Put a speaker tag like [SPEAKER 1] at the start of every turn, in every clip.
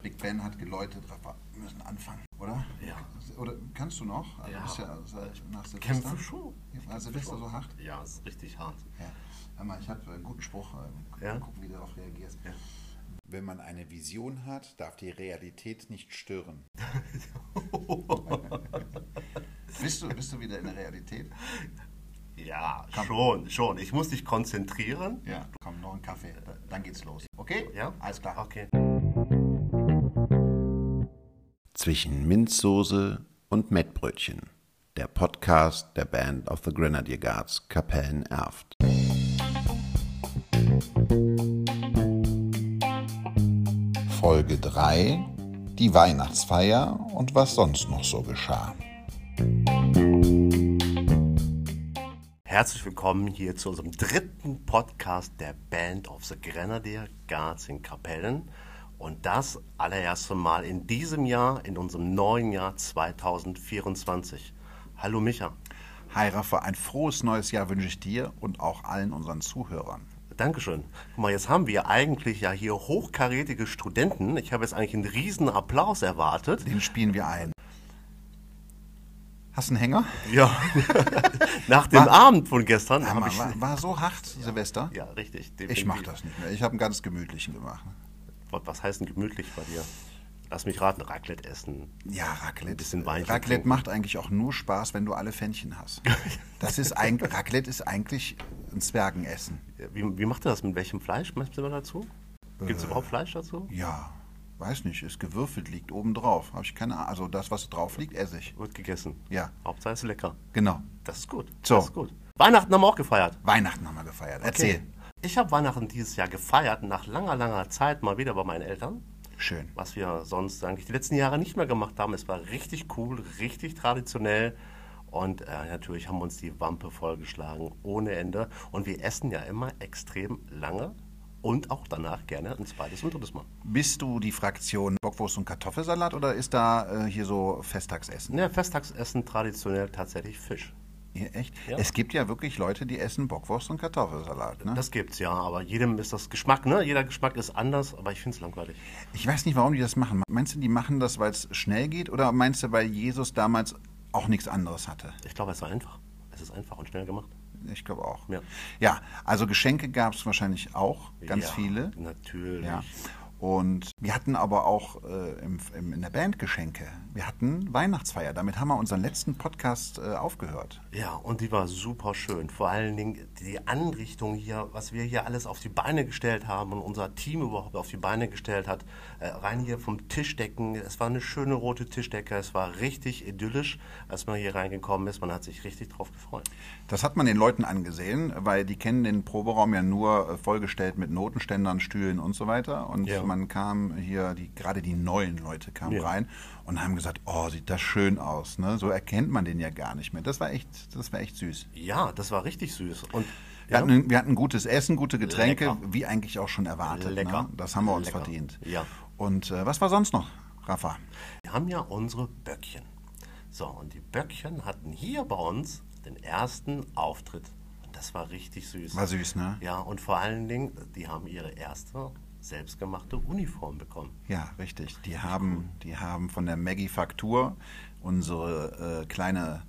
[SPEAKER 1] Big Ben hat geläutet, wir müssen anfangen, oder?
[SPEAKER 2] Ja.
[SPEAKER 1] Oder kannst du noch? Also
[SPEAKER 2] Ja.
[SPEAKER 1] Du bist ja seit, nach Silvester.
[SPEAKER 2] Kämpfe schon.
[SPEAKER 1] Ja, War Silvester so hart?
[SPEAKER 2] Ja, ist richtig hart.
[SPEAKER 1] Ja. Hör mal, ich habe einen guten Spruch. äh,
[SPEAKER 2] Ja?
[SPEAKER 1] Mal gucken, wie du darauf reagierst.
[SPEAKER 2] Ja.
[SPEAKER 1] Wenn man eine Vision hat, darf die Realität nicht stören. bist, du, bist du wieder in der Realität?
[SPEAKER 2] Ja, schon, schon. Ich muss dich konzentrieren.
[SPEAKER 1] Ja. Komm, noch einen Kaffee. Dann geht's los. Okay?
[SPEAKER 2] Ja?
[SPEAKER 1] Alles klar.
[SPEAKER 2] Okay.
[SPEAKER 3] Zwischen Minzsoße und Mettbrötchen. Der Podcast der Band of the Grenadier Guards Kapellen Erft. Folge 3. Die Weihnachtsfeier und was sonst noch so geschah.
[SPEAKER 2] Herzlich willkommen hier zu unserem dritten Podcast der Band of the Grenadier Guards in Kapellen. Und das allererste Mal in diesem Jahr, in unserem neuen Jahr 2024. Hallo Micha.
[SPEAKER 3] Hi Rafa, ein frohes neues Jahr wünsche ich dir und auch allen unseren Zuhörern.
[SPEAKER 2] Dankeschön. Guck mal, jetzt haben wir eigentlich ja hier hochkarätige Studenten. Ich habe jetzt eigentlich einen riesen Applaus erwartet.
[SPEAKER 3] Den spielen wir ein. Hast du einen Hänger?
[SPEAKER 2] Ja. Nach dem Abend von gestern habe
[SPEAKER 3] Hammer,
[SPEAKER 2] ich.
[SPEAKER 3] war, war so hart, Silvester.
[SPEAKER 2] Ja, richtig.
[SPEAKER 3] Ich mach
[SPEAKER 2] definitiv.
[SPEAKER 3] das nicht mehr. Ich habe einen ganz gemütlichen gemacht.
[SPEAKER 2] Was- Was heißt denn gemütlich bei dir? Lass mich raten, Raclette essen.
[SPEAKER 3] Ja, Raclette.
[SPEAKER 2] Ein bisschen Weinchen
[SPEAKER 3] Raclette
[SPEAKER 2] trinken.
[SPEAKER 3] macht eigentlich auch nur Spaß, wenn du alle Fännchen hast. Das ist eigentlich, Raclette ist eigentlich ein Zwergenessen.
[SPEAKER 2] Wie, wie macht ihr das? Mit welchem Fleisch machst du dazu? Gibt
[SPEAKER 3] Äh.
[SPEAKER 2] es überhaupt Fleisch dazu?
[SPEAKER 3] Ja, weiß nicht, ist gewürfelt, liegt oben drauf. Habe ich keine Ahnung. Also das, was drauf liegt, esse ich.
[SPEAKER 2] Wird gegessen.
[SPEAKER 3] Ja.
[SPEAKER 2] Hauptsache es ist lecker.
[SPEAKER 3] Genau.
[SPEAKER 2] Das ist gut.
[SPEAKER 3] So.
[SPEAKER 2] Das ist gut. Weihnachten haben wir auch gefeiert.
[SPEAKER 3] Weihnachten haben wir gefeiert. Erzähl.
[SPEAKER 2] Ich habe Weihnachten dieses Jahr gefeiert, nach langer, langer Zeit mal wieder bei meinen Eltern.
[SPEAKER 3] Schön.
[SPEAKER 2] was wir sonst eigentlich die letzten Jahre nicht mehr gemacht haben. Es war richtig cool, richtig traditionell. Und äh, natürlich haben uns die Wampe vollgeschlagen, ohne Ende. Und wir essen ja immer extrem lange und auch danach gerne ein zweites und drittes Mal.
[SPEAKER 3] Bist du die Fraktion Bockwurst und Kartoffelsalat oder ist da äh, hier so Festtagsessen?
[SPEAKER 2] Ne, Festtagsessen traditionell tatsächlich Fisch.
[SPEAKER 3] Ja, echt?
[SPEAKER 2] Ja.
[SPEAKER 3] Es gibt ja wirklich Leute, die essen Bockwurst und Kartoffelsalat. Ne?
[SPEAKER 2] Das gibt's ja, aber jedem ist das Geschmack, ne? Jeder Geschmack ist anders, aber ich find's langweilig.
[SPEAKER 3] Ich weiß nicht, warum die das machen. Meinst du, die machen das, weil es schnell geht oder meinst du, weil Jesus damals auch nichts anderes hatte?
[SPEAKER 2] Ich glaube, es war einfach. Es ist einfach und schnell gemacht.
[SPEAKER 3] Ich glaube auch.
[SPEAKER 2] Ja.
[SPEAKER 3] ja, also Geschenke gab es wahrscheinlich auch, ganz
[SPEAKER 2] Ja,
[SPEAKER 3] viele.
[SPEAKER 2] Natürlich.
[SPEAKER 3] Ja. Und wir hatten aber auch äh, im, im, in der Band Geschenke. Wir hatten Weihnachtsfeier. Damit haben wir unseren letzten Podcast äh, aufgehört.
[SPEAKER 2] Ja, und die war super schön. Vor allen Dingen die Anrichtung hier, was wir hier alles auf die Beine gestellt haben und unser Team überhaupt auf die Beine gestellt hat. Äh, rein hier vom Tischdecken. Es war eine schöne rote Tischdecke. Es war richtig idyllisch, als man hier reingekommen ist. Man hat sich richtig drauf gefreut.
[SPEAKER 3] Das hat man den Leuten angesehen, weil die kennen den Proberaum ja nur äh, vollgestellt mit Notenständern, Stühlen und so weiter. Und
[SPEAKER 2] Ja.
[SPEAKER 3] man kam hier, die, gerade die neuen Leute kamen
[SPEAKER 2] Ja.
[SPEAKER 3] rein und haben gesagt, oh, sieht das schön aus. Ne? So erkennt man den ja gar nicht mehr. Das war echt, das war echt süß.
[SPEAKER 2] Ja, das war richtig süß. Und
[SPEAKER 3] Wir, hatten, wir hatten gutes Essen, gute Getränke,
[SPEAKER 2] Lecker.
[SPEAKER 3] wie eigentlich auch schon erwartet.
[SPEAKER 2] Lecker.
[SPEAKER 3] Ne? Das haben wir uns
[SPEAKER 2] Lecker.
[SPEAKER 3] verdient.
[SPEAKER 2] Ja.
[SPEAKER 3] Und äh, was war sonst noch, Rafa?
[SPEAKER 2] Wir haben ja unsere Böckchen. So, und die Böckchen hatten hier bei uns den ersten Auftritt. Und das war richtig süß.
[SPEAKER 3] War süß, ne?
[SPEAKER 2] Ja, und vor allen Dingen, die haben ihre erste selbstgemachte Uniform bekommen.
[SPEAKER 3] Ja, richtig. Die haben, die haben von der Maggie Faktur unsere äh, kleine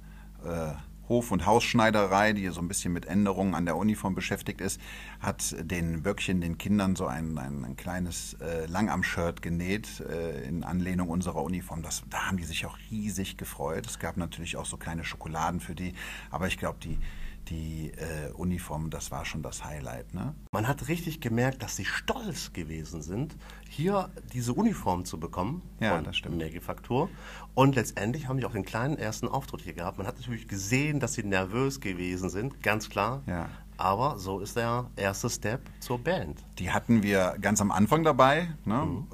[SPEAKER 3] äh, Hof- und Hausschneiderei, die so ein bisschen mit Änderungen an der Uniform beschäftigt ist, hat den Böckchen den Kindern so ein, ein, ein kleines äh, Langarm-Shirt genäht äh, in Anlehnung unserer Uniform. Das, da haben die sich auch riesig gefreut. Es gab natürlich auch so kleine Schokoladen für die, aber ich glaube, die, die äh, Uniform, das war schon das Highlight. Ne?
[SPEAKER 2] Man hat richtig gemerkt, dass sie stolz gewesen sind, hier diese Uniform zu bekommen
[SPEAKER 3] Ja,
[SPEAKER 2] von
[SPEAKER 3] das stimmt.
[SPEAKER 2] Maggie Faktur. Und letztendlich haben die auch den kleinen ersten Auftritt hier gehabt. Man hat natürlich gesehen, dass sie nervös gewesen sind, ganz klar.
[SPEAKER 3] Ja.
[SPEAKER 2] Aber so ist der erste Step zur Band.
[SPEAKER 3] Die hatten wir ganz am Anfang dabei, ne?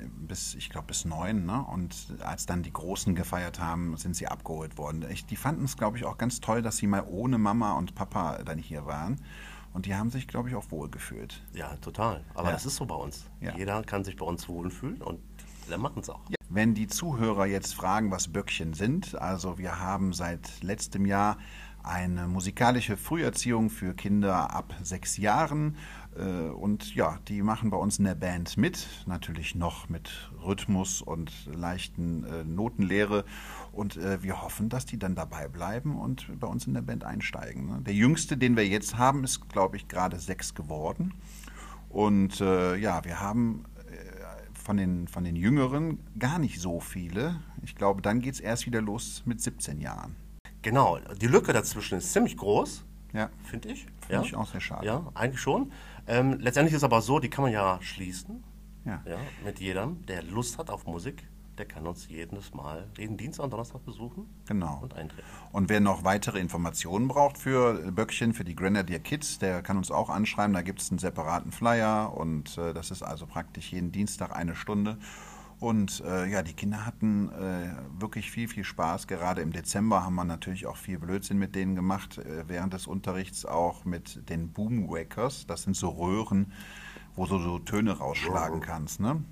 [SPEAKER 3] äh, bis ich glaube bis neun. Ne? Und als dann die Großen gefeiert haben, sind sie abgeholt worden. Ich, die fanden es, glaube ich, auch ganz toll, dass sie mal ohne Mama und Papa dann hier waren. Und die haben sich, glaube ich, auch wohl gefühlt.
[SPEAKER 2] Ja, total. Aber
[SPEAKER 3] Ja.
[SPEAKER 2] das ist so bei uns.
[SPEAKER 3] Ja.
[SPEAKER 2] Jeder kann sich bei uns wohlfühlen und wir machen es auch.
[SPEAKER 3] Wenn die Zuhörer jetzt fragen, was Böckchen sind, also wir haben seit letztem Jahr eine musikalische Früherziehung für Kinder ab sechs Jahren. Äh, und ja, die machen bei uns in der Band mit, natürlich noch mit Rhythmus und leichten äh, Notenlehre. Und äh, wir hoffen, dass die dann dabei bleiben und bei uns in der Band einsteigen. Ne? Der jüngste, den wir jetzt haben, ist, glaube ich, gerade sechs geworden. Und äh, ja, wir haben von den, von den Jüngeren gar nicht so viele. Ich glaube, dann geht es erst wieder los mit 17 Jahren.
[SPEAKER 2] Genau, die Lücke dazwischen ist ziemlich groß,
[SPEAKER 3] Ja,
[SPEAKER 2] finde ich.
[SPEAKER 3] finde ich auch sehr schade.
[SPEAKER 2] Ja, eigentlich schon. Ähm, letztendlich ist aber so, die kann man ja schließen.
[SPEAKER 3] Ja.
[SPEAKER 2] Ja, mit jedem, der Lust hat auf Musik, der kann uns jedes Mal, jeden Dienstag und Donnerstag besuchen
[SPEAKER 3] Genau.
[SPEAKER 2] und eintreten.
[SPEAKER 3] Und wer noch weitere Informationen braucht für Böckchen, für die Grenadier Kids, der kann uns auch anschreiben. Da gibt es einen separaten Flyer und äh, das ist also praktisch jeden Dienstag eine Stunde. Und äh, ja, die Kinder hatten äh, wirklich viel, viel Spaß. Gerade im Dezember haben wir natürlich auch viel Blödsinn mit denen gemacht. Äh, während des Unterrichts auch mit den Boomwackers. Das sind so Röhren, wo du so Töne rausschlagen kannst. Ne?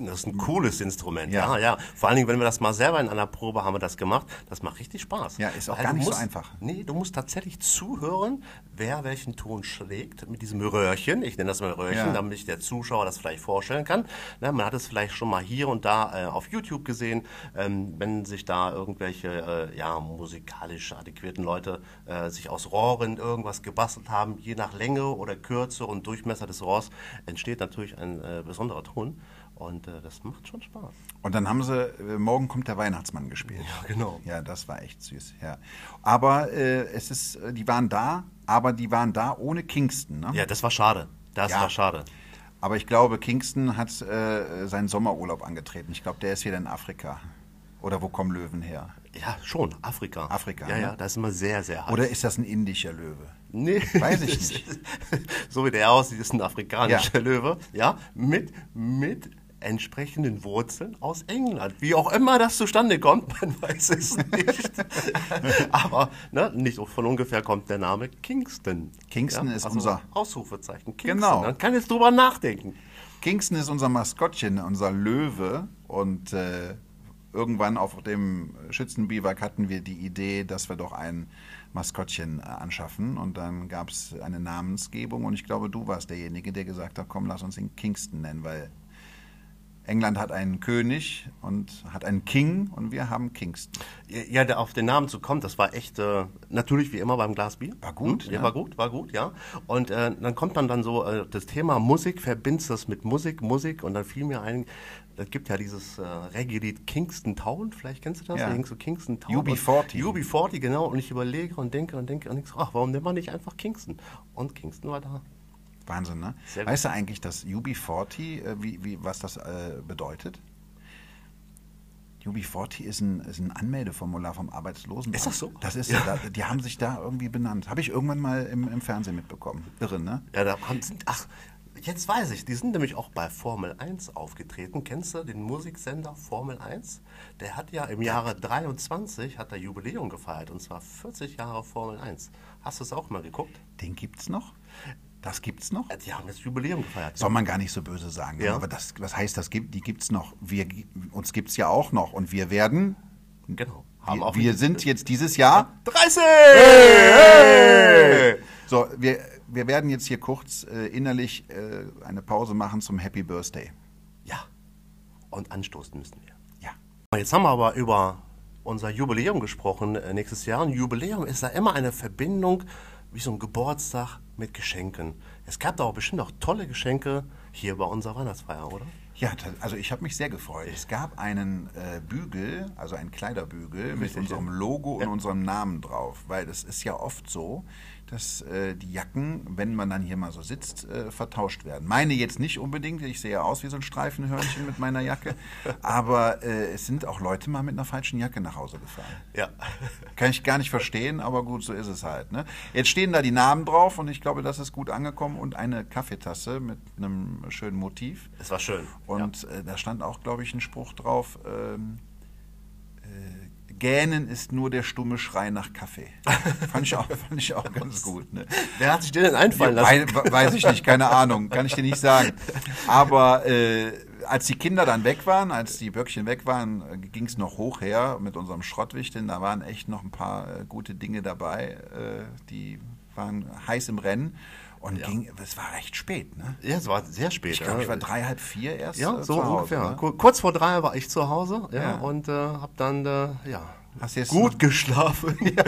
[SPEAKER 2] Das ist ein cooles Instrument, ja.
[SPEAKER 3] Ja.
[SPEAKER 2] ja, Vor allen Dingen, wenn wir das mal selber in einer Probe haben wir das gemacht, das macht richtig Spaß. Also
[SPEAKER 3] Ja, ist auch
[SPEAKER 2] Weil
[SPEAKER 3] gar
[SPEAKER 2] du
[SPEAKER 3] nicht so
[SPEAKER 2] musst,
[SPEAKER 3] einfach.
[SPEAKER 2] Nee, du musst tatsächlich zuhören, wer welchen Ton schlägt mit diesem Röhrchen. Ich nenne das mal Röhrchen,
[SPEAKER 3] Ja.
[SPEAKER 2] damit sich der Zuschauer das vielleicht vorstellen kann. Na, man hat es vielleicht schon mal hier und da äh, auf YouTube gesehen, ähm, wenn sich da irgendwelche äh, ja, musikalisch adäquierten Leute äh, sich aus Rohren irgendwas gebastelt haben. Je nach Länge oder Kürze und Durchmesser des Rohrs entsteht natürlich ein äh, besonderer Ton. Und äh, das macht schon Spaß.
[SPEAKER 3] Und dann haben sie, äh, morgen kommt der Weihnachtsmann gespielt.
[SPEAKER 2] Ja, genau.
[SPEAKER 3] Ja, das war echt süß, ja. Aber äh, es ist, äh, die waren da, aber die waren da ohne Kingston, ne?
[SPEAKER 2] Ja, das war schade. Das
[SPEAKER 3] Ja.
[SPEAKER 2] war schade.
[SPEAKER 3] Aber ich glaube, Kingston hat äh, seinen Sommerurlaub angetreten. Ich glaube, der ist wieder in Afrika. Oder wo kommen Löwen her?
[SPEAKER 2] Ja, schon. Afrika.
[SPEAKER 3] Afrika,
[SPEAKER 2] Ja,
[SPEAKER 3] ne?
[SPEAKER 2] ja, das ist immer sehr, sehr heiß.
[SPEAKER 3] Oder ist das ein indischer Löwe?
[SPEAKER 2] Nee.
[SPEAKER 3] Weiß ich
[SPEAKER 2] das ist- so wie der aussieht, ist ein afrikanischer
[SPEAKER 3] Ja.
[SPEAKER 2] Löwe. Ja, mit, mit entsprechenden Wurzeln aus England. Wie auch immer das zustande kommt, man weiß es nicht. Aber ne, nicht von ungefähr kommt der Name Kingston. also
[SPEAKER 3] Kingston ist unser-
[SPEAKER 2] Ausrufezeichen. Kingston.
[SPEAKER 3] Genau.
[SPEAKER 2] Man kann jetzt drüber nachdenken.
[SPEAKER 3] Kingston ist unser Maskottchen, unser Löwe. Und äh, irgendwann auf dem Schützenbiwak hatten wir die Idee, dass wir doch ein Maskottchen äh, anschaffen. Und dann gab es eine Namensgebung. Und ich glaube, du warst derjenige, der gesagt hat, komm, lass uns ihn Kingston nennen, weil England hat einen König und hat einen King und wir haben Kingston.
[SPEAKER 2] Ja, da auf den Namen zu kommen, das war echt äh, natürlich wie immer beim Glas Bier.
[SPEAKER 3] War gut,
[SPEAKER 2] Hm? Ja,
[SPEAKER 3] ne?
[SPEAKER 2] war gut, war gut, ja. Und äh, dann kommt man dann so äh, das Thema Musik, verbindest das mit Musik, Musik und dann fiel mir ein, es gibt ja dieses äh, Reggae-Lied Kingston Town, vielleicht kennst du das?
[SPEAKER 3] Ja.
[SPEAKER 2] Da ging so Kingston Town.
[SPEAKER 3] UB40.
[SPEAKER 2] Und- UB40, genau. Und ich überlege und denke und denke und denke, so, ach, warum nennt man nicht einfach Kingston? Und Kingston war da.
[SPEAKER 3] Wahnsinn, ne?
[SPEAKER 2] Sehr gut.
[SPEAKER 3] weißt du eigentlich, dass UB40, äh, wie, wie, was das äh, bedeutet? UB40 ist ein, ist ein Anmeldeformular vom Arbeitslosen.
[SPEAKER 2] Ist das so?
[SPEAKER 3] Das ist ja. da, die haben sich da irgendwie benannt. Habe ich irgendwann mal im, im Fernsehen mitbekommen. Irre, ne?
[SPEAKER 2] Ja, da haben, sind, ach, jetzt weiß ich, die sind nämlich auch bei Formel 1 aufgetreten. Kennst du den Musiksender Formel 1? Der hat ja im Jahre 23 hat er Jubiläum gefeiert und zwar 40 Jahre Formel 1. Hast du es auch mal geguckt?
[SPEAKER 3] Den gibt's noch? Das gibt's noch?
[SPEAKER 2] Äh, Die haben jetzt Jubiläum gefeiert.
[SPEAKER 3] Soll man gar nicht so böse sagen.
[SPEAKER 2] Ja.
[SPEAKER 3] Aber das, was heißt das? Gibt, die gibt's noch. Wir, gi- uns gibt's ja auch noch. Und wir werden.
[SPEAKER 2] Genau. Haben
[SPEAKER 3] Wir,
[SPEAKER 2] auch
[SPEAKER 3] wir sind jetzt dieses Jahr
[SPEAKER 2] 30!
[SPEAKER 3] So, wir, wir werden jetzt hier kurz äh, innerlich äh, eine Pause machen zum Happy Birthday.
[SPEAKER 2] Ja. Und anstoßen müssen wir.
[SPEAKER 3] Ja.
[SPEAKER 2] Jetzt haben wir aber über unser Jubiläum gesprochen äh, nächstes Jahr. Und Jubiläum ist ja immer eine Verbindung wie so ein Geburtstag mit Geschenken. Es gab da auch bestimmt auch tolle Geschenke hier bei unserer Weihnachtsfeier, oder?
[SPEAKER 3] Ja, ta- also ich habe mich sehr gefreut. Es gab einen äh, Bügel, also einen Kleiderbügel mit
[SPEAKER 2] Richtig,
[SPEAKER 3] unserem
[SPEAKER 2] ja.
[SPEAKER 3] Logo und unserem Namen drauf, weil es ist ja oft so, dass äh, die Jacken, wenn man dann hier mal so sitzt, äh, vertauscht werden. Meine jetzt nicht unbedingt, ich sehe ja aus wie so ein Streifenhörnchen mit meiner Jacke, aber äh, es sind auch Leute mal mit einer falschen Jacke nach Hause gefahren.
[SPEAKER 2] Ja.
[SPEAKER 3] Kann ich gar nicht verstehen, aber gut, so ist es halt. Ne? Jetzt stehen da die Namen drauf und ich glaube, das ist gut angekommen und eine Kaffeetasse mit einem schönen Motiv.
[SPEAKER 2] Es war schön.
[SPEAKER 3] Und äh, da stand auch, glaube ich, ein Spruch drauf: ähm, äh, Gähnen ist nur der stumme Schrei nach Kaffee. fand, ich auch, fand ich auch ganz gut. Ne?
[SPEAKER 2] Wer hat sich den denn einfallen
[SPEAKER 3] Wei-
[SPEAKER 2] lassen?
[SPEAKER 3] we- weiß ich nicht, keine Ahnung, kann ich dir nicht sagen. Aber äh, als die Kinder dann weg waren, als die Böckchen weg waren, ging es noch hoch her mit unserem Schrottwichteln. Da waren echt noch ein paar äh, gute Dinge dabei. Äh, die waren heiß im Rennen. Und
[SPEAKER 2] Ja.
[SPEAKER 3] ging, es war recht spät, ne?
[SPEAKER 2] Ja, es war sehr spät.
[SPEAKER 3] Ich glaube,
[SPEAKER 2] ja.
[SPEAKER 3] ich war drei, halb vier erst.
[SPEAKER 2] Ja,
[SPEAKER 3] äh,
[SPEAKER 2] so
[SPEAKER 3] zu Hause,
[SPEAKER 2] ungefähr.
[SPEAKER 3] ne?
[SPEAKER 2] Ku- Kurz vor drei war ich zu Hause ja,
[SPEAKER 3] Ja.
[SPEAKER 2] und äh, habe dann äh, ja,
[SPEAKER 3] Hast jetzt
[SPEAKER 2] gut
[SPEAKER 3] noch-
[SPEAKER 2] geschlafen. ja.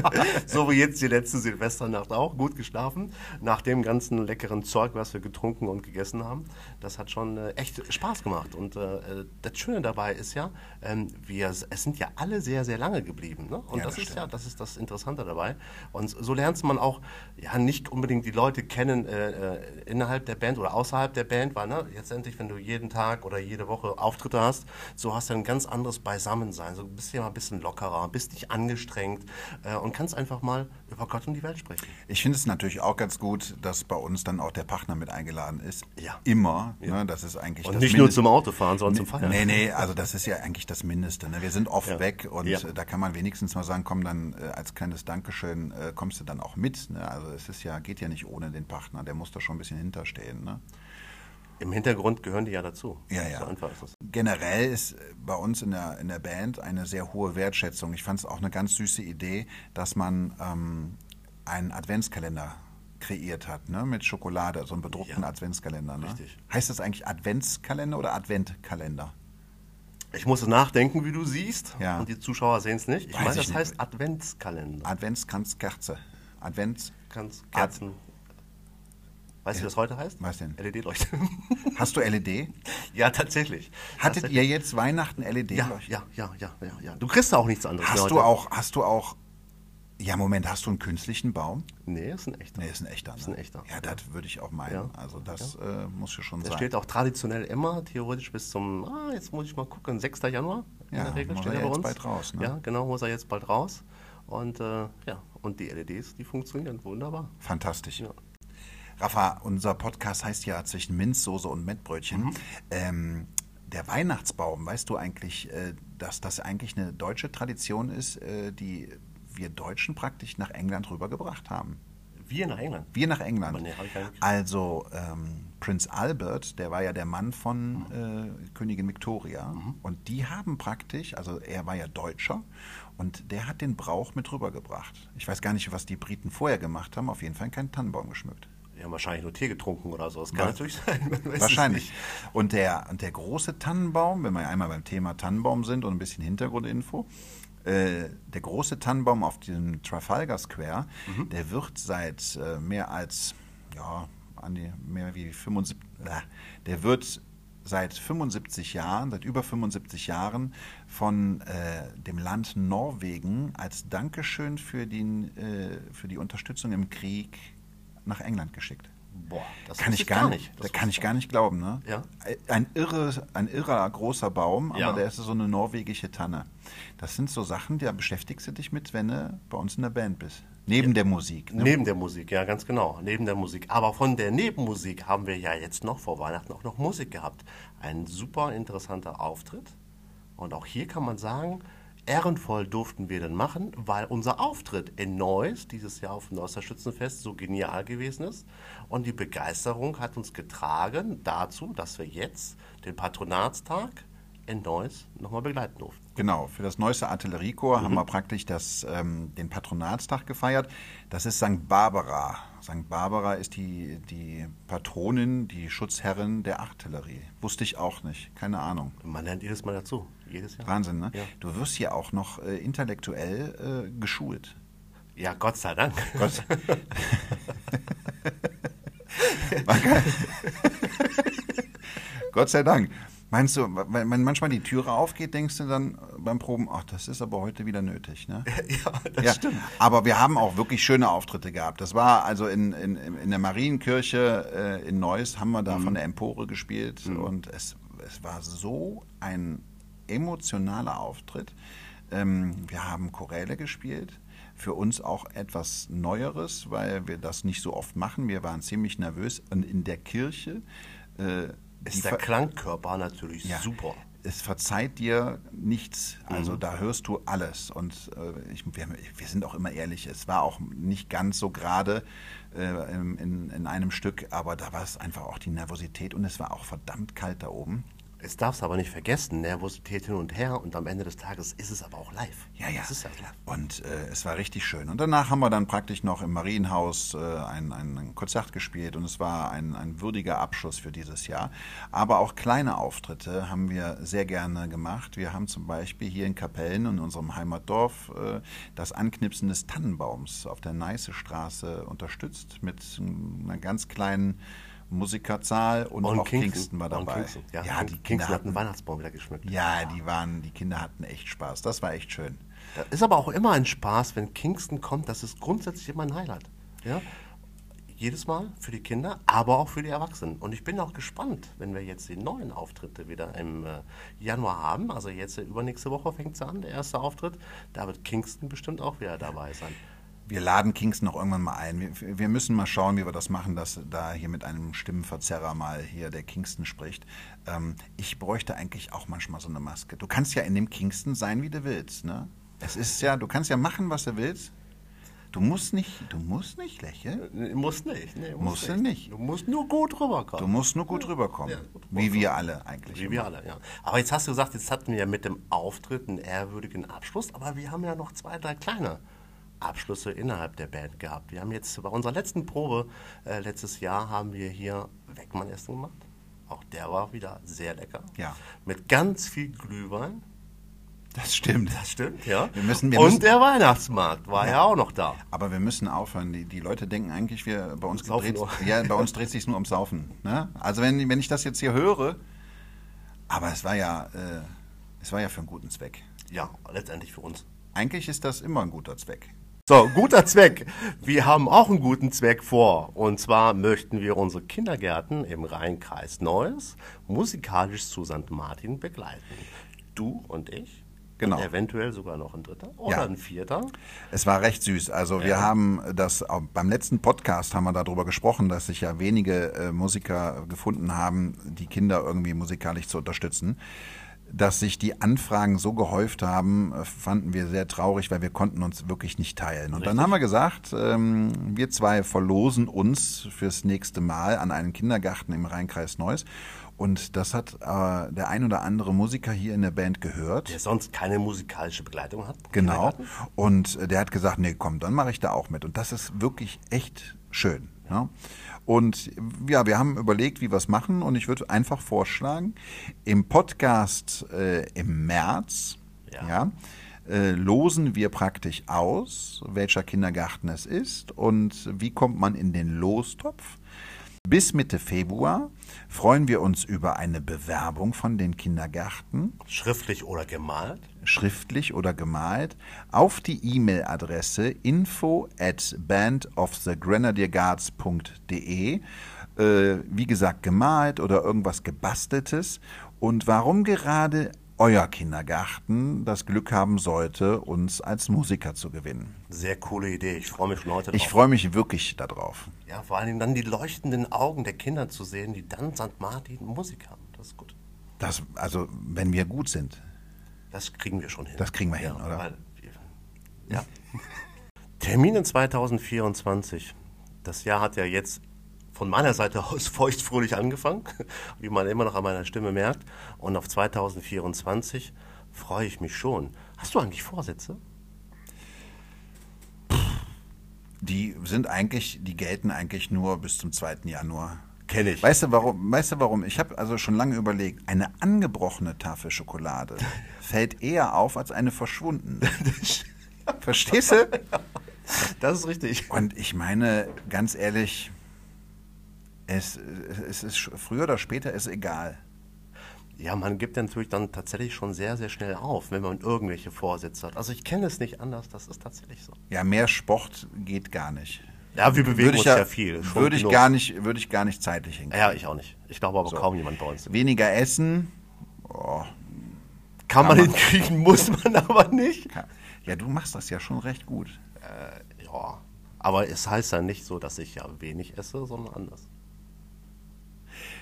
[SPEAKER 2] So wie jetzt die letzte Silvesternacht auch. Gut geschlafen. Nach dem ganzen leckeren Zeug, was wir getrunken und gegessen haben. Das hat schon äh, echt Spaß gemacht. Und äh, äh, das Schöne dabei ist ja, ähm, wir s- es sind ja alle sehr, sehr lange geblieben. Ne? Und
[SPEAKER 3] Ja,
[SPEAKER 2] das,
[SPEAKER 3] das
[SPEAKER 2] ist ja das ist das Interessante dabei. Und so lernt man auch ja nicht unbedingt die Leute kennen äh, äh, innerhalb der Band oder außerhalb der Band, weil ne, letztendlich, wenn du jeden Tag oder jede Woche Auftritte hast, so hast du ein ganz anderes Beisammensein. So bist du ja mal ein bisschen lockerer, bist nicht angestrengt äh, und kannst einfach mal über Gott und die Welt sprechen.
[SPEAKER 3] Ich finde es natürlich auch ganz gut, dass bei uns dann auch der Partner mit eingeladen ist.
[SPEAKER 2] Ja.
[SPEAKER 3] Immer. Ne? Das ist eigentlich
[SPEAKER 2] Und
[SPEAKER 3] das
[SPEAKER 2] nicht nur
[SPEAKER 3] Mindest-
[SPEAKER 2] zum Autofahren, sondern zum Feiern.
[SPEAKER 3] Nee, nee, also das ist ja eigentlich das Mindeste. Ne? Wir sind oft
[SPEAKER 2] Ja.
[SPEAKER 3] weg und
[SPEAKER 2] Ja.
[SPEAKER 3] äh, da kann man wenigstens mal sagen, komm dann äh, als kleines Dankeschön, äh, kommst du dann auch mit. Ne? Also es ist ja, geht ja nicht ohne den Partner, der muss da schon ein bisschen hinterstehen. Ne?
[SPEAKER 2] Im Hintergrund gehören die ja dazu.
[SPEAKER 3] Ja, ja.
[SPEAKER 2] So einfach ist es.
[SPEAKER 3] Generell ist äh, bei uns in der, in der Band eine sehr hohe Wertschätzung. Ich fand es auch eine ganz süße Idee, dass man ähm, einen Adventskalender kreiert hat, ne? mit Schokolade, so einen bedruckten
[SPEAKER 2] Ja.
[SPEAKER 3] Adventskalender. Ne?
[SPEAKER 2] Richtig.
[SPEAKER 3] Heißt das eigentlich Adventskalender oder Adventkalender?
[SPEAKER 2] Ich musste nachdenken, wie du siehst.
[SPEAKER 3] Ja.
[SPEAKER 2] Und die Zuschauer sehen es nicht. Ich
[SPEAKER 3] Weiß
[SPEAKER 2] meine,
[SPEAKER 3] ich
[SPEAKER 2] das
[SPEAKER 3] nicht.
[SPEAKER 2] heißt Adventskalender.
[SPEAKER 3] Adventskerze. Advents.
[SPEAKER 2] Ganz Kerzen. Weißt du, wie das heute heißt?
[SPEAKER 3] Was denn?
[SPEAKER 2] LED-Leuchte.
[SPEAKER 3] Hast du LED?
[SPEAKER 2] ja, tatsächlich.
[SPEAKER 3] Hattet
[SPEAKER 2] Tatsächlich.
[SPEAKER 3] ihr jetzt Weihnachten LED?
[SPEAKER 2] Ja, ja, ja, ja, ja, ja. Du kriegst da auch nichts anderes. mehr
[SPEAKER 3] Hast du
[SPEAKER 2] heute.
[SPEAKER 3] auch, hast du auch, ja Moment, hast du einen künstlichen Baum?
[SPEAKER 2] Nee, ist ein echter.
[SPEAKER 3] Nee, ist ein echter. Ne?
[SPEAKER 2] Ist ein echter.
[SPEAKER 3] Ja, das würde ich auch meinen.
[SPEAKER 2] Ja.
[SPEAKER 3] Also das äh, muss ja schon
[SPEAKER 2] Der
[SPEAKER 3] sein.
[SPEAKER 2] steht auch traditionell immer, theoretisch bis zum, ah, jetzt muss ich mal gucken, 6. Januar in
[SPEAKER 3] Ja,
[SPEAKER 2] der Regel
[SPEAKER 3] muss
[SPEAKER 2] steht
[SPEAKER 3] er
[SPEAKER 2] bei
[SPEAKER 3] jetzt
[SPEAKER 2] uns.
[SPEAKER 3] bald raus, ne?
[SPEAKER 2] Ja, genau, muss er jetzt bald raus. Und äh, ja, und die LEDs, die funktionieren wunderbar.
[SPEAKER 3] Fantastisch.
[SPEAKER 2] Ja.
[SPEAKER 3] Rafa, unser Podcast heißt ja zwischen Minzsoße und Mettbrötchen.
[SPEAKER 2] Mhm.
[SPEAKER 3] Ähm, der Weihnachtsbaum, weißt du eigentlich, äh, dass das eigentlich eine deutsche Tradition ist, äh, die wir Deutschen praktisch nach England rübergebracht haben?
[SPEAKER 2] Wir nach England.
[SPEAKER 3] Wir nach England.
[SPEAKER 2] Aber nee, hab ich gar nicht.
[SPEAKER 3] Also ähm, Prinz Albert, der war ja der Mann von äh, Königin Victoria.
[SPEAKER 2] Mhm.
[SPEAKER 3] Und die haben praktisch, also er war ja Deutscher, und der hat den Brauch mit rübergebracht. Ich weiß gar nicht, was die Briten vorher gemacht haben, auf jeden Fall keinen Tannenbaum geschmückt.
[SPEAKER 2] Die haben wahrscheinlich nur Tee getrunken oder so. Das kann
[SPEAKER 3] Ja.
[SPEAKER 2] natürlich sein. man weiß es
[SPEAKER 3] Wahrscheinlich.
[SPEAKER 2] nicht.
[SPEAKER 3] Und der, und der große Tannenbaum, wenn wir einmal beim Thema Tannenbaum sind und ein bisschen Hintergrundinfo, äh, der große Tannenbaum auf dem Trafalgar Square, der wird seit äh, mehr als, ja, an die, mehr wie 75, äh, der wird seit 75 Jahren, seit über 75 Jahren von äh, dem Land Norwegen als Dankeschön für, den, äh, für die Unterstützung im Krieg nach England geschickt.
[SPEAKER 2] Boah, das
[SPEAKER 3] Kann
[SPEAKER 2] wusste
[SPEAKER 3] ich gar nicht.
[SPEAKER 2] Das
[SPEAKER 3] Da kann ich gar nicht glauben, ne?
[SPEAKER 2] Ja.
[SPEAKER 3] Ein, irre, ein irrer großer Baum, aber
[SPEAKER 2] Ja.
[SPEAKER 3] der ist so eine norwegische Tanne. Das sind so Sachen, da beschäftigst du dich mit, wenn du bei uns in der Band bist. Neben der Musik. Ne?
[SPEAKER 2] Neben der Musik, ja, ganz genau. Neben der Musik. Aber von der Nebenmusik haben wir ja jetzt noch vor Weihnachten auch noch Musik gehabt. Ein super interessanter Auftritt. Und auch hier kann man sagen, ehrenvoll durften wir den machen, weil unser Auftritt in Neuss dieses Jahr auf dem Neusser Schützenfest so genial gewesen ist. Und die Begeisterung hat uns getragen dazu, dass wir jetzt den Patronatstag in Neuss nochmal begleiten durften.
[SPEAKER 3] Genau, für das neueste Artilleriekorps
[SPEAKER 2] Mhm.
[SPEAKER 3] haben wir praktisch das, ähm, den Patronatstag gefeiert. Das ist St. Barbara. St. Barbara ist die, die Patronin, die Schutzherrin der Artillerie. Wusste ich auch nicht, keine Ahnung.
[SPEAKER 2] Man lernt jedes Mal dazu, jedes Jahr.
[SPEAKER 3] Wahnsinn, ne?
[SPEAKER 2] Ja.
[SPEAKER 3] Du wirst hier auch noch äh, intellektuell äh, geschult.
[SPEAKER 2] Ja, Gott sei Dank.
[SPEAKER 3] Gott. Gott sei Dank. Meinst du, wenn wenn manchmal die Türe aufgeht, denkst du dann beim Proben, ach, das ist aber heute wieder nötig, ne?
[SPEAKER 2] ja, das
[SPEAKER 3] ja,
[SPEAKER 2] stimmt.
[SPEAKER 3] Aber wir haben auch wirklich schöne Auftritte gehabt. Das war also in, in, in der Marienkirche äh, in Neuss, haben wir da
[SPEAKER 2] Mhm.
[SPEAKER 3] von der Empore gespielt und es, es war so ein emotionaler Auftritt. Ähm, wir haben Choräle gespielt. Für uns auch etwas Neueres, weil wir das nicht so oft machen. Wir waren ziemlich nervös und in der Kirche äh, die
[SPEAKER 2] ist der
[SPEAKER 3] Ver-
[SPEAKER 2] Klangkörper natürlich
[SPEAKER 3] ja.
[SPEAKER 2] super. Mhm.
[SPEAKER 3] Es verzeiht dir nichts. Also da hörst du alles. Und äh, ich, wir, wir sind auch immer ehrlich, es war auch nicht ganz so gerade äh, im- in, in einem Stück, aber da war es einfach auch die Nervosität und es war auch verdammt kalt da oben.
[SPEAKER 2] Es darfst aber nicht vergessen, ne, Nervosität hin und her und am Ende des Tages ist es aber auch live.
[SPEAKER 3] Ja, ja.
[SPEAKER 2] Das ist ja klar.
[SPEAKER 3] Und äh, es war richtig schön. Und danach haben wir dann praktisch noch im Marienhaus äh, ein, ein Konzert gespielt und es war ein, ein würdiger Abschluss für dieses Jahr. Aber auch kleine Auftritte haben wir sehr gerne gemacht. Wir haben zum Beispiel hier in Kapellen in unserem Heimatdorf äh, das Anknipsen des Tannenbaums auf der Neiße Straße unterstützt mit einer ganz kleinen Musikerzahl und, auch Kingston, war
[SPEAKER 2] Und
[SPEAKER 3] dabei.
[SPEAKER 2] Kingston, ja,
[SPEAKER 3] ja, die Kinder
[SPEAKER 2] Kingston hat einen
[SPEAKER 3] hatten,
[SPEAKER 2] Weihnachtsbaum wieder geschmückt.
[SPEAKER 3] ja, die waren, die Kinder hatten echt Spaß. Das war echt schön.
[SPEAKER 2] Das ist aber auch immer ein Spaß, wenn Kingston kommt. Das ist grundsätzlich immer ein Highlight. Ja? Jedes Mal für die Kinder, aber auch für die Erwachsenen. Und ich bin auch gespannt, wenn wir jetzt die neuen Auftritte wieder im äh, Januar haben. Also jetzt äh, übernächste Woche fängt es an, der erste Auftritt. Da wird Kingston bestimmt auch wieder dabei sein.
[SPEAKER 3] Wir laden Kings noch irgendwann mal ein. Wir, wir müssen mal schauen, wie wir das machen, dass da hier mit einem Stimmenverzerrer mal hier der Kingston spricht. Ähm, ich bräuchte eigentlich auch manchmal so eine Maske. Du kannst ja in dem Kingston sein, wie du willst. Ne? Es ist ja, du kannst ja machen, was du willst. Du musst nicht, du musst nicht lächeln.
[SPEAKER 2] Nee, Muss nicht. Nee,
[SPEAKER 3] Musst du nicht.
[SPEAKER 2] Du musst nur gut
[SPEAKER 3] Du
[SPEAKER 2] rüberkommen.
[SPEAKER 3] musst nur gut rüberkommen,
[SPEAKER 2] Ja, gut
[SPEAKER 3] wie wir alle eigentlich.
[SPEAKER 2] Wie wir alle, ja. Aber jetzt hast du gesagt, jetzt hatten wir ja mit dem Auftritt einen ehrwürdigen Abschluss, aber wir haben ja noch zwei, drei kleine Abschlüsse innerhalb der Band gehabt. Wir haben jetzt bei unserer letzten Probe äh, letztes Jahr haben wir hier Weckmann-Essen gemacht. Auch der war wieder sehr lecker.
[SPEAKER 3] Ja.
[SPEAKER 2] Mit ganz viel Glühwein.
[SPEAKER 3] Das stimmt.
[SPEAKER 2] Das stimmt, ja.
[SPEAKER 3] Wir müssen- wir
[SPEAKER 2] Und
[SPEAKER 3] müssen-
[SPEAKER 2] der Weihnachtsmarkt war ja, auch noch da.
[SPEAKER 3] Aber wir müssen aufhören. Die, die Leute denken eigentlich, wir bei uns
[SPEAKER 2] Saufen
[SPEAKER 3] dreht,
[SPEAKER 2] nur.
[SPEAKER 3] ja, bei uns dreht sich nur ums Saufen. Ne? Also wenn, wenn ich das jetzt hier höre, aber es war ja, äh, es war ja für einen guten Zweck.
[SPEAKER 2] Ja, letztendlich für uns.
[SPEAKER 3] Eigentlich ist das immer ein guter Zweck.
[SPEAKER 2] So, guter Zweck. Wir haben auch einen guten Zweck vor. Und zwar möchten wir unsere Kindergärten im Rheinkreis Neues musikalisch zu St. Martin begleiten. Du und ich.
[SPEAKER 3] Genau.
[SPEAKER 2] Und eventuell sogar noch ein dritter oder
[SPEAKER 3] Ja.
[SPEAKER 2] ein vierter.
[SPEAKER 3] Es war recht süß. Also wir haben das auch beim letzten Podcast haben wir darüber gesprochen, dass sich ja wenige äh, Musiker gefunden haben, die Kinder irgendwie musikalisch zu unterstützen. Dass sich die Anfragen so gehäuft haben, äh, fanden wir sehr traurig, weil wir konnten uns wirklich nicht teilen. Und dann haben wir gesagt, ähm, wir zwei verlosen uns fürs nächste Mal an einen Kindergarten im Rheinkreis Neuss. Und das hat äh, der ein oder andere Musiker hier in der Band gehört.
[SPEAKER 2] Der sonst keine musikalische Begleitung hat.
[SPEAKER 3] Genau. Und äh, der hat gesagt, nee, komm, dann mache ich da auch mit. Und das ist wirklich echt schön. Ja. Und äh, ja, wir haben überlegt, wie wir es machen. Und ich würde einfach vorschlagen, im Podcast äh, im März,
[SPEAKER 2] Ja.
[SPEAKER 3] ja. äh, Losen wir praktisch aus, welcher Kindergarten es ist und wie kommt man in den Lostopf. Bis Mitte Februar freuen wir uns über eine Bewerbung von den Kindergärten
[SPEAKER 2] Schriftlich oder gemalt.
[SPEAKER 3] schriftlich oder gemalt, auf die E-Mail-Adresse info at bandofthegrenadierguards.de. Äh, wie gesagt, gemalt oder irgendwas gebasteltes. Und warum gerade euer Kindergarten das Glück haben sollte, uns als Musiker zu gewinnen.
[SPEAKER 2] Sehr coole Idee. Ich freue mich schon heute
[SPEAKER 3] Ich
[SPEAKER 2] drauf.
[SPEAKER 3] freue mich wirklich darauf.
[SPEAKER 2] Ja, vor allem dann die leuchtenden Augen der Kinder zu sehen, die dann St. Martin Musik haben. Das ist gut.
[SPEAKER 3] Das, also, wenn wir gut sind.
[SPEAKER 2] Das kriegen wir schon hin.
[SPEAKER 3] Das kriegen wir hin,
[SPEAKER 2] ja,
[SPEAKER 3] oder?
[SPEAKER 2] Weil, ja. Termine 2024. Das Jahr hat ja jetzt von meiner Seite aus feuchtfröhlich angefangen, wie man immer noch an meiner Stimme merkt. Und auf 2024 freue ich mich schon. Hast du eigentlich Vorsätze?
[SPEAKER 3] Die sind eigentlich, die gelten eigentlich nur bis zum 2. Januar.
[SPEAKER 2] Kenne ich.
[SPEAKER 3] Weißt du warum? Weißt du warum? Ich habe also schon lange überlegt, eine angebrochene Tafel Schokolade fällt eher auf als eine verschwundene. Verstehst du?
[SPEAKER 2] Das ist richtig.
[SPEAKER 3] Und ich meine, ganz ehrlich, es, es ist sch- früher oder später ist egal.
[SPEAKER 2] Ja, man gibt ja natürlich dann tatsächlich schon sehr, sehr schnell auf, wenn man irgendwelche Vorsätze hat. Also ich kenne es nicht anders, das ist tatsächlich so.
[SPEAKER 3] Ja, mehr Sport geht gar nicht.
[SPEAKER 2] Ja, wir bewegen
[SPEAKER 3] Würde ich
[SPEAKER 2] uns ja, viel. schon
[SPEAKER 3] Würde ich
[SPEAKER 2] genug.
[SPEAKER 3] gar nicht, würde ich gar nicht zeitlich hinkriegen.
[SPEAKER 2] Ja, ich auch nicht. Ich glaube aber kaum jemand bei uns.
[SPEAKER 3] Weniger essen.
[SPEAKER 2] Kann man hinkriegen, muss man aber nicht.
[SPEAKER 3] Ja, du machst das ja schon recht gut.
[SPEAKER 2] Ja, aber es heißt ja nicht so, dass ich ja wenig esse, sondern anders.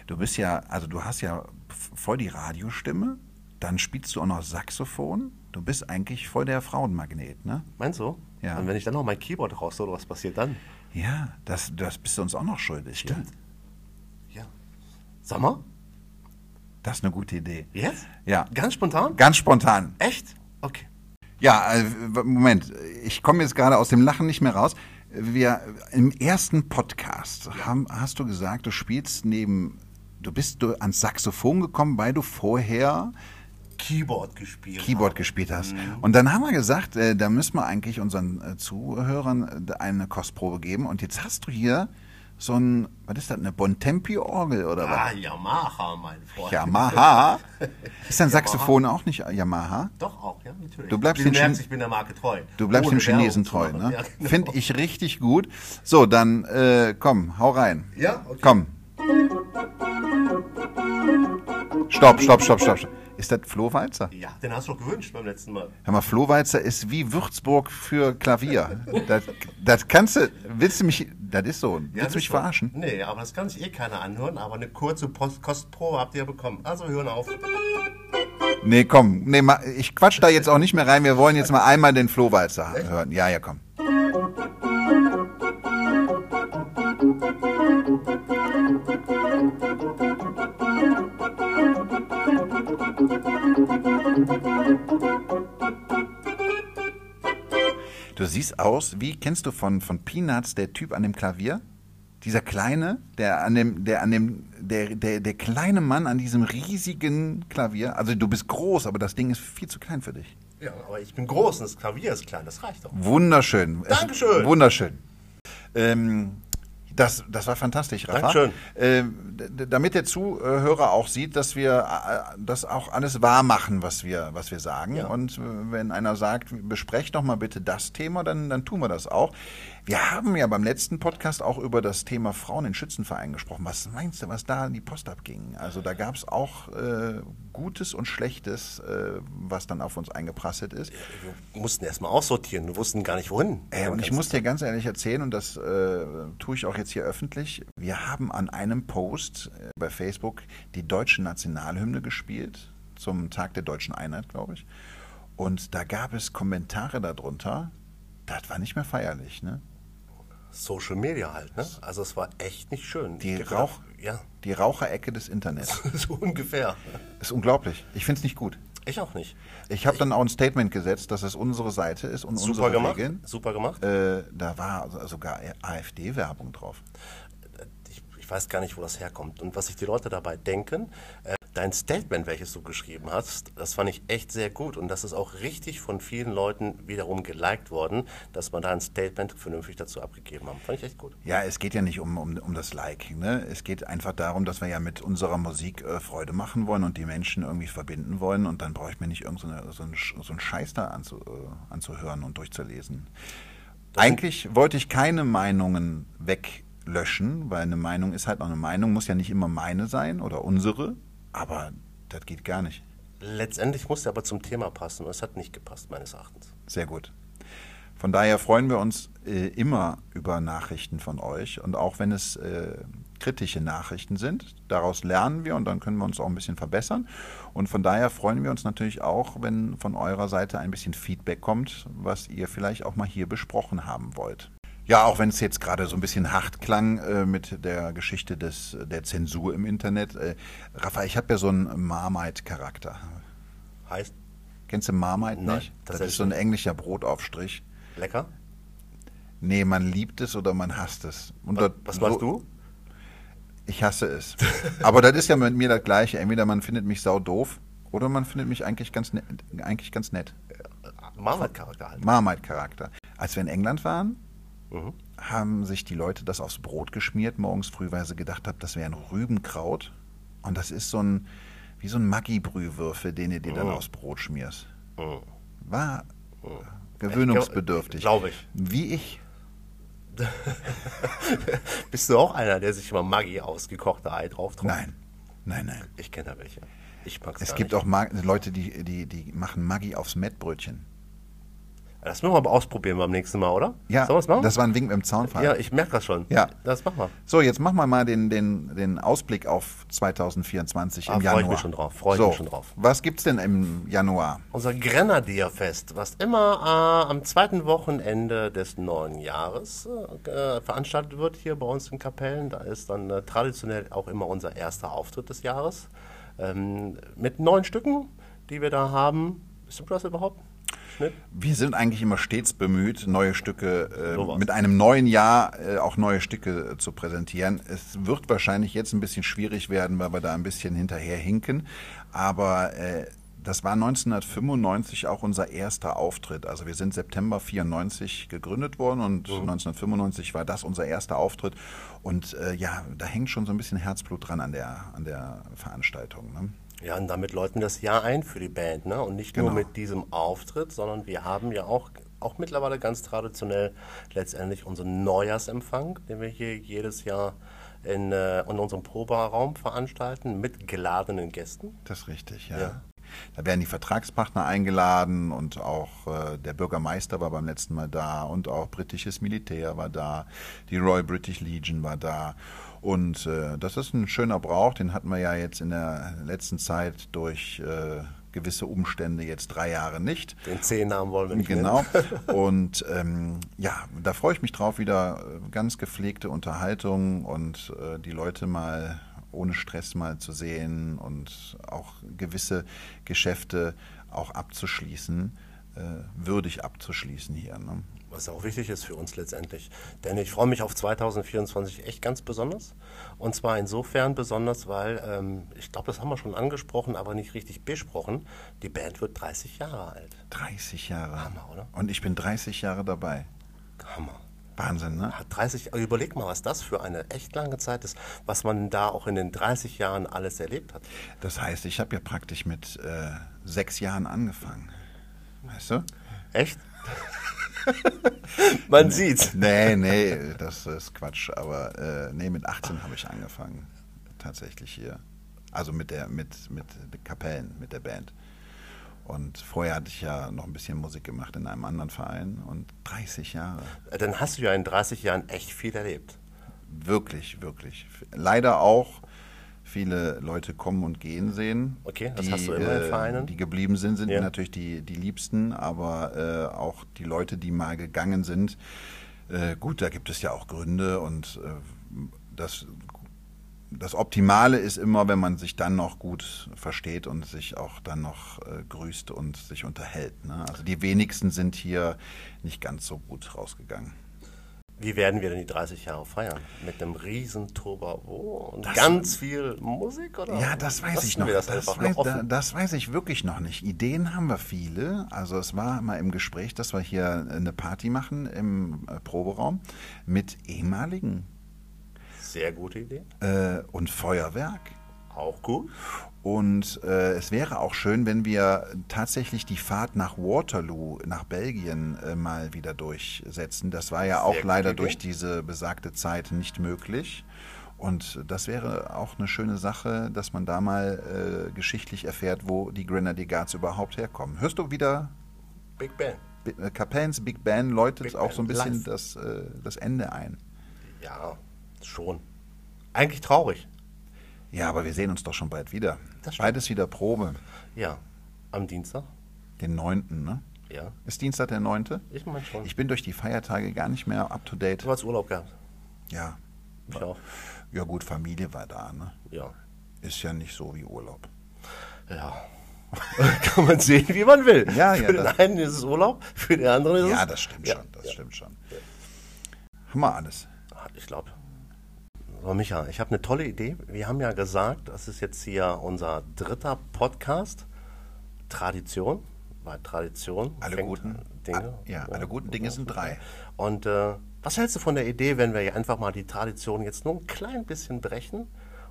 [SPEAKER 3] Du bist ja, also du hast ja f- voll die Radiostimme, dann spielst du auch noch Saxophon. Du bist eigentlich voll der Frauenmagnet, ne?
[SPEAKER 2] Meinst du?
[SPEAKER 3] Ja.
[SPEAKER 2] Und wenn ich dann noch mein Keyboard raushole, was passiert dann?
[SPEAKER 3] Ja, das, das bist du uns auch noch schuldig. Stimmt.
[SPEAKER 2] Ja. Sag mal,
[SPEAKER 3] Das ist eine gute Idee.
[SPEAKER 2] Jetzt?
[SPEAKER 3] Ja.
[SPEAKER 2] Ganz spontan?
[SPEAKER 3] Ganz spontan.
[SPEAKER 2] Echt? Okay.
[SPEAKER 3] Ja, äh, w- Moment, ich komme jetzt gerade aus dem Lachen nicht mehr raus. Wir im ersten Podcast haben, hast du gesagt, du spielst neben, du bist du ans Saxophon gekommen, weil du vorher
[SPEAKER 2] Keyboard gespielt.
[SPEAKER 3] Keyboard gespielt hast. Und dann haben wir gesagt, äh, da müssen wir eigentlich unseren äh, Zuhörern äh, eine Kostprobe geben. Und jetzt hast du hier so ein, was ist das, eine Bontempi-Orgel oder
[SPEAKER 2] Ah, Yamaha, mein Freund.
[SPEAKER 3] was? Yamaha. Ist dein Saxophon auch nicht Yamaha?
[SPEAKER 2] Doch auch, ja, natürlich.
[SPEAKER 3] Du bleibst
[SPEAKER 2] du
[SPEAKER 3] den Chin-
[SPEAKER 2] merkst, ich bin der Marke treu.
[SPEAKER 3] Du bleibst
[SPEAKER 2] Ohne
[SPEAKER 3] dem Chinesen treu,
[SPEAKER 2] Werbung zu
[SPEAKER 3] ne?
[SPEAKER 2] machen. Ja, genau.
[SPEAKER 3] Finde ich richtig gut. So, dann äh, komm, hau rein.
[SPEAKER 2] Ja, okay.
[SPEAKER 3] Komm. Stopp, stopp, stopp, stopp. stopp. Ist das Flo Walzer?
[SPEAKER 2] Ja, den hast du doch gewünscht beim letzten Mal.
[SPEAKER 3] Hör mal, Flo Walzer ist wie Würzburg für Klavier. Das, das kannst du, willst du mich, das ist so, willst
[SPEAKER 2] Ja, das
[SPEAKER 3] du mich
[SPEAKER 2] ist-
[SPEAKER 3] verarschen?
[SPEAKER 2] Nee, aber das kann sich eh keiner anhören, aber eine kurze Post Kostprobe habt ihr ja bekommen. Also wir hören auf.
[SPEAKER 3] Nee, komm, nee, ma- ich quatsch da jetzt auch nicht mehr rein. Wir wollen jetzt mal einmal den Flo Walzer hören. Ja, ja, komm. Du siehst aus, wie kennst du von, von Peanuts der Typ an dem Klavier? Dieser kleine, der an dem, der an dem, der, der, der kleine Mann an diesem riesigen Klavier. Also du bist groß, aber das Ding ist viel zu klein für dich.
[SPEAKER 2] Ja, aber ich bin groß und das Klavier ist klein, das reicht doch.
[SPEAKER 3] Wunderschön. Es-
[SPEAKER 2] Dankeschön.
[SPEAKER 3] Wunderschön. Ähm, das, das war fantastisch, Rafa.
[SPEAKER 2] Dankeschön.
[SPEAKER 3] Ähm, d- d- damit der Zuhörer auch sieht, dass wir äh, das auch alles wahr machen, was wir, was wir sagen.
[SPEAKER 2] Ja.
[SPEAKER 3] Und äh, wenn einer sagt, besprecht doch mal bitte das Thema, dann, dann tun wir das auch. Wir haben ja beim letzten Podcast auch über das Thema Frauen in Schützenvereinen gesprochen. Was meinst du, was da in die Post abging? Also da gab es auch äh, Gutes und Schlechtes, äh, was dann auf uns eingeprasselt ist.
[SPEAKER 2] Wir mussten erstmal aussortieren, wir wussten gar nicht wohin.
[SPEAKER 3] Ey, Äh, und ich muss dir ganz ehrlich erzählen, und das äh, tue ich auch jetzt hier öffentlich, wir haben an einem Post äh, bei Facebook die deutsche Nationalhymne gespielt, zum Tag der deutschen Einheit, glaube ich. Und da gab es Kommentare darunter, das war nicht mehr feierlich, ne?
[SPEAKER 2] Social Media halt, ne? Also es war echt nicht schön.
[SPEAKER 3] Die,
[SPEAKER 2] Ich hab
[SPEAKER 3] Rauch,
[SPEAKER 2] gedacht, Ja,
[SPEAKER 3] die Raucherecke des Internets.
[SPEAKER 2] so ungefähr.
[SPEAKER 3] ist unglaublich. Ich finde es nicht gut.
[SPEAKER 2] Ich auch nicht.
[SPEAKER 3] Ich habe dann auch ein Statement gesetzt, dass es unsere Seite ist und
[SPEAKER 2] Super
[SPEAKER 3] unsere
[SPEAKER 2] gemacht.
[SPEAKER 3] Regeln.
[SPEAKER 2] Super gemacht.
[SPEAKER 3] Äh, da war sogar AfD-Werbung drauf.
[SPEAKER 2] Äh, Ich, ich weiß gar nicht, wo das herkommt und was sich die Leute dabei denken. Äh, Dein Statement, welches du geschrieben hast, das fand ich echt sehr gut und das ist auch richtig von vielen Leuten wiederum geliked worden, dass man da ein Statement vernünftig dazu abgegeben haben. Fand ich echt gut.
[SPEAKER 3] Ja, es geht ja nicht um, um, um das Like. Ne? Es geht einfach darum, dass wir ja mit unserer Musik äh, Freude machen wollen und die Menschen irgendwie verbinden wollen. Und dann brauche ich mir nicht irgendeinen so, einen Sch- so einen Scheiß da anzu, äh, anzuhören und durchzulesen. Eigentlich wollte ich keine Meinungen weglöschen, weil eine Meinung ist halt noch eine Meinung, muss ja nicht immer meine sein oder unsere, aber das geht gar nicht.
[SPEAKER 2] Letztendlich musste aber zum Thema passen und es hat nicht gepasst, meines Erachtens.
[SPEAKER 3] Sehr gut. Von daher freuen wir uns äh, immer über Nachrichten von euch und auch wenn es äh, kritische Nachrichten sind, daraus lernen wir und dann können wir uns auch ein bisschen verbessern. Und von daher freuen wir uns natürlich auch, wenn von eurer Seite ein bisschen Feedback kommt, was ihr vielleicht auch mal hier besprochen haben wollt. Ja, auch wenn es jetzt gerade so ein bisschen hart klang äh, mit der Geschichte des, der Zensur im Internet. Äh, Rafa, ich habe ja so einen Marmite-Charakter.
[SPEAKER 2] Heißt
[SPEAKER 3] Kennst du Marmite
[SPEAKER 2] Nein,
[SPEAKER 3] nicht? Das
[SPEAKER 2] tatsächlich
[SPEAKER 3] ist so ein englischer Brotaufstrich.
[SPEAKER 2] lecker.
[SPEAKER 3] Nee, man liebt es oder man hasst es. Und
[SPEAKER 2] Was,
[SPEAKER 3] das-
[SPEAKER 2] was
[SPEAKER 3] so-
[SPEAKER 2] machst du?
[SPEAKER 3] Ich hasse es. Aber das ist ja mit mir das Gleiche. Entweder man findet mich sau doof oder man findet mich eigentlich ganz nett. Eigentlich ganz nett.
[SPEAKER 2] Marmorcharakter halt.
[SPEAKER 3] Marmite-Charakter. Als wir in England waren,
[SPEAKER 2] Mhm.
[SPEAKER 3] haben sich die Leute das aufs Brot geschmiert morgens früh, weil sie gedacht haben, das wäre ein Rübenkraut. Und das ist so ein, wie so ein Maggi-Brühwürfel, den du dir
[SPEAKER 2] Oh.
[SPEAKER 3] dann aufs Brot schmierst.
[SPEAKER 2] Mhm.
[SPEAKER 3] War gewöhnungsbedürftig.
[SPEAKER 2] Glaube Oh. ich.
[SPEAKER 3] Wie ich.
[SPEAKER 2] Bist du auch einer, der sich immer Maggi ausgekochte Ei drauf tropft?
[SPEAKER 3] Nein. Nein, nein.
[SPEAKER 2] Ich kenne da welche. Ich mag's
[SPEAKER 3] Es
[SPEAKER 2] gar
[SPEAKER 3] gibt
[SPEAKER 2] nicht.
[SPEAKER 3] auch Mag Leute, die, die, die machen Maggi aufs Mettbrötchen.
[SPEAKER 2] Das müssen wir aber ausprobieren beim nächsten Mal, oder?
[SPEAKER 3] Ja,
[SPEAKER 2] Sollen wir's machen?
[SPEAKER 3] das war ein Wink mit dem Zaunfall.
[SPEAKER 2] ja, ich merke das schon.
[SPEAKER 3] Ja.
[SPEAKER 2] Das machen wir.
[SPEAKER 3] So, jetzt machen wir mal den, den, den Ausblick auf 2024
[SPEAKER 2] Ah,
[SPEAKER 3] im
[SPEAKER 2] freu ich
[SPEAKER 3] Januar.
[SPEAKER 2] mich schon drauf, freu ich
[SPEAKER 3] so,
[SPEAKER 2] mich schon drauf.
[SPEAKER 3] Was gibt's denn im Januar?
[SPEAKER 2] Unser Grenadierfest, was immer äh, am zweiten Wochenende des neuen Jahres äh, veranstaltet wird hier bei uns in Kapellen. Da ist dann äh, traditionell auch immer unser erster Auftritt des Jahres. Ähm, mit neun Stücken, die wir da haben. Stimmt das überhaupt? Schnitt?
[SPEAKER 3] Wir sind eigentlich immer stets bemüht, neue Stücke
[SPEAKER 2] So
[SPEAKER 3] äh,
[SPEAKER 2] was.
[SPEAKER 3] mit einem neuen Jahr äh, auch neue Stücke äh, zu präsentieren. Es wird wahrscheinlich jetzt ein bisschen schwierig werden, weil wir da ein bisschen hinterher hinken. Aber äh, das war 1995 auch unser erster Auftritt. Also wir sind September 94 gegründet worden und 1995 war das unser erster Auftritt. Und äh, ja, da hängt schon so ein bisschen Herzblut dran an der, an der Veranstaltung. Ne?
[SPEAKER 2] Ja, und damit läuten wir das Jahr ein für die Band, ne? Und nicht nur
[SPEAKER 3] Genau.
[SPEAKER 2] mit diesem Auftritt, sondern wir haben ja auch, auch mittlerweile ganz traditionell letztendlich unseren Neujahrsempfang, den wir hier jedes Jahr in, äh, in unserem Proberaum veranstalten mit geladenen Gästen.
[SPEAKER 3] Das ist richtig, ja.
[SPEAKER 2] Ja.
[SPEAKER 3] Da werden die Vertragspartner eingeladen und auch äh, der Bürgermeister war beim letzten Mal da und auch britisches Militär war da, die Royal British Legion war da. Und äh, das ist ein schöner Brauch, den hatten wir ja jetzt in der letzten Zeit durch äh, gewisse Umstände jetzt drei Jahre nicht.
[SPEAKER 2] Den Zehnnamen wollen wir nicht
[SPEAKER 3] Genau.
[SPEAKER 2] nennen.
[SPEAKER 3] Und ähm, ja, da freue ich mich drauf, wieder äh, ganz gepflegte Unterhaltung und äh, die Leute mal ohne Stress mal zu sehen und auch gewisse Geschäfte auch abzuschließen, äh, würdig abzuschließen hier. Ne?
[SPEAKER 2] was auch wichtig ist für uns letztendlich. Denn ich freue mich auf 2024 echt ganz besonders. Und zwar insofern besonders, weil ähm, ich glaube, das haben wir schon angesprochen, aber nicht richtig besprochen. Die Band wird 30 Jahre alt.
[SPEAKER 3] 30 Jahre.
[SPEAKER 2] Hammer, oder?
[SPEAKER 3] Und ich bin 30 Jahre dabei.
[SPEAKER 2] Hammer.
[SPEAKER 3] Wahnsinn, ne?
[SPEAKER 2] Hat 30, überleg mal, was das für eine echt lange Zeit ist, was man da auch in den 30 Jahren alles erlebt hat.
[SPEAKER 3] Das heißt, ich habe ja praktisch mit äh, sechs Jahren angefangen. Weißt du?
[SPEAKER 2] Echt? man sieht's.
[SPEAKER 3] Nee, nee, das ist Quatsch. Aber äh, nee, mit 18 habe ich angefangen. Tatsächlich hier. Also mit der, mit, mit den Kapellen, mit der Band. Und vorher hatte ich ja noch ein bisschen Musik gemacht in einem anderen Verein und 30 Jahre.
[SPEAKER 2] Dann hast du ja in 30 Jahren echt viel erlebt.
[SPEAKER 3] Wirklich, wirklich. Leider auch viele Leute kommen und gehen sehen. äh,
[SPEAKER 2] Okay, das hast du immer in Vereinen.
[SPEAKER 3] Die geblieben sind, sind
[SPEAKER 2] Ja.
[SPEAKER 3] natürlich die, die Liebsten, aber äh, auch die Leute, die mal gegangen sind. Äh, gut, da gibt es ja auch Gründe und äh, das, das Optimale ist immer, wenn man sich dann noch gut versteht und sich auch dann noch äh, grüßt und sich unterhält. Ne? Also die wenigsten sind hier nicht ganz so gut rausgegangen.
[SPEAKER 2] Wie werden wir denn die 30 Jahre feiern? Mit einem riesen Turbo und ganz viel Musik? Oder?
[SPEAKER 3] Ja, das weiß ich
[SPEAKER 2] Lassen
[SPEAKER 3] noch.
[SPEAKER 2] Wir das, einfach
[SPEAKER 3] weiß,
[SPEAKER 2] noch
[SPEAKER 3] da,
[SPEAKER 2] offen.
[SPEAKER 3] das weiß ich wirklich noch nicht. Ideen haben wir viele. Also es war mal im Gespräch, dass wir hier eine Party machen im äh, Proberaum mit ehemaligen
[SPEAKER 2] Sehr gute Idee.
[SPEAKER 3] äh, und Feuerwerk.
[SPEAKER 2] Auch gut.
[SPEAKER 3] Und äh, es wäre auch schön, wenn wir tatsächlich die Fahrt nach Waterloo, nach Belgien, äh, mal wieder durchsetzen. Das war ja auch
[SPEAKER 2] gute
[SPEAKER 3] leider
[SPEAKER 2] Idee.
[SPEAKER 3] durch diese besagte Zeit nicht möglich. Und das wäre auch eine schöne Sache, dass man da mal äh, geschichtlich erfährt, wo die Grenadier Guards überhaupt herkommen. Hörst du wieder
[SPEAKER 2] Big Bang.
[SPEAKER 3] Bi- äh, Capellans, Big Band läutet
[SPEAKER 2] Big
[SPEAKER 3] auch
[SPEAKER 2] Band
[SPEAKER 3] so ein bisschen
[SPEAKER 2] live.
[SPEAKER 3] das, äh, das Ende ein?
[SPEAKER 2] Ja, schon. Eigentlich traurig.
[SPEAKER 3] Ja, aber wir sehen uns doch schon bald wieder.
[SPEAKER 2] Das stimmt.
[SPEAKER 3] Beides wieder Probe.
[SPEAKER 2] Ja, am Dienstag.
[SPEAKER 3] Den 9., ne?
[SPEAKER 2] Ja,
[SPEAKER 3] Ist Dienstag der 9.?
[SPEAKER 2] ich meine schon.
[SPEAKER 3] Ich bin durch die Feiertage gar nicht mehr up to date.
[SPEAKER 2] du hast Urlaub gehabt.
[SPEAKER 3] Ja.
[SPEAKER 2] Ich auch.
[SPEAKER 3] Ja gut, Familie war da, ne?
[SPEAKER 2] Ja.
[SPEAKER 3] Ist ja nicht so wie Urlaub.
[SPEAKER 2] Ja. Kann man sehen, wie man will.
[SPEAKER 3] Ja, ja,
[SPEAKER 2] für den
[SPEAKER 3] das-
[SPEAKER 2] einen ist es Urlaub, für den anderen ist es.
[SPEAKER 3] Ja, das stimmt
[SPEAKER 2] Ja,
[SPEAKER 3] schon, das
[SPEAKER 2] ja.
[SPEAKER 3] stimmt schon. Haben wir alles.
[SPEAKER 2] Ah, Ich glaube. So, Micha, ich habe eine tolle Idee. Wir haben ja gesagt, das ist jetzt hier unser dritter Podcast. Tradition, weil Tradition.
[SPEAKER 3] Alle
[SPEAKER 2] fängt
[SPEAKER 3] guten
[SPEAKER 2] Dinge.
[SPEAKER 3] Ah, ja, alle guten Dinge sind drei.
[SPEAKER 2] Und äh, was hältst du von der Idee, wenn wir hier einfach mal die Tradition jetzt nur ein klein bisschen brechen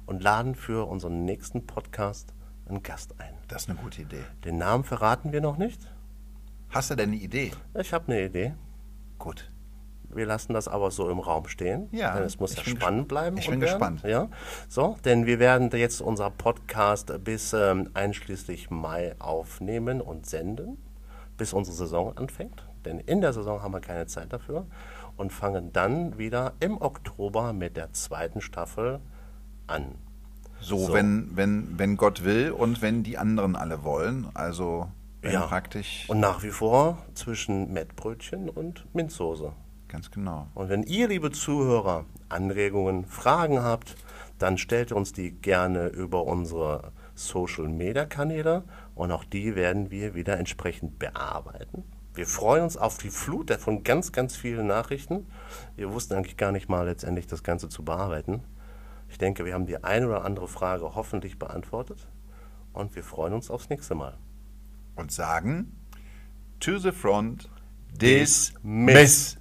[SPEAKER 2] und laden für unseren nächsten Podcast einen Gast ein?
[SPEAKER 3] Das ist eine gute Idee.
[SPEAKER 2] Den Namen verraten wir noch nicht.
[SPEAKER 3] Hast du denn eine Idee?
[SPEAKER 2] Ich habe eine Idee.
[SPEAKER 3] Gut.
[SPEAKER 2] Wir lassen das aber so im Raum stehen.
[SPEAKER 3] Ja,
[SPEAKER 2] Denn es muss
[SPEAKER 3] ich
[SPEAKER 2] ja
[SPEAKER 3] bin gesp-
[SPEAKER 2] spannend bleiben.
[SPEAKER 3] ich
[SPEAKER 2] und
[SPEAKER 3] bin
[SPEAKER 2] werden.
[SPEAKER 3] gespannt.
[SPEAKER 2] Ja, so, denn wir werden jetzt unser Podcast bis ähm, einschließlich Mai aufnehmen und senden, bis unsere Saison anfängt. Denn in der Saison haben wir keine Zeit dafür und fangen dann wieder im Oktober mit der zweiten Staffel an.
[SPEAKER 3] So,
[SPEAKER 2] So.
[SPEAKER 3] Wenn, wenn, wenn Gott will und wenn die anderen alle wollen. Also wenn
[SPEAKER 2] Ja.
[SPEAKER 3] praktisch.
[SPEAKER 2] Und nach wie vor zwischen Mettbrötchen und Minzsoße.
[SPEAKER 3] Ganz genau.
[SPEAKER 2] Und wenn ihr, liebe Zuhörer, Anregungen, Fragen habt, dann stellt uns die gerne über unsere Social-Media-Kanäle und auch die werden wir wieder entsprechend bearbeiten. Wir freuen uns auf die Flut von ganz, ganz vielen Nachrichten. Wir wussten eigentlich gar nicht mal letztendlich das Ganze zu bearbeiten. Ich denke, wir haben die eine oder andere Frage hoffentlich beantwortet und wir freuen uns aufs nächste Mal.
[SPEAKER 3] Und sagen, to the front,
[SPEAKER 2] Dismiss.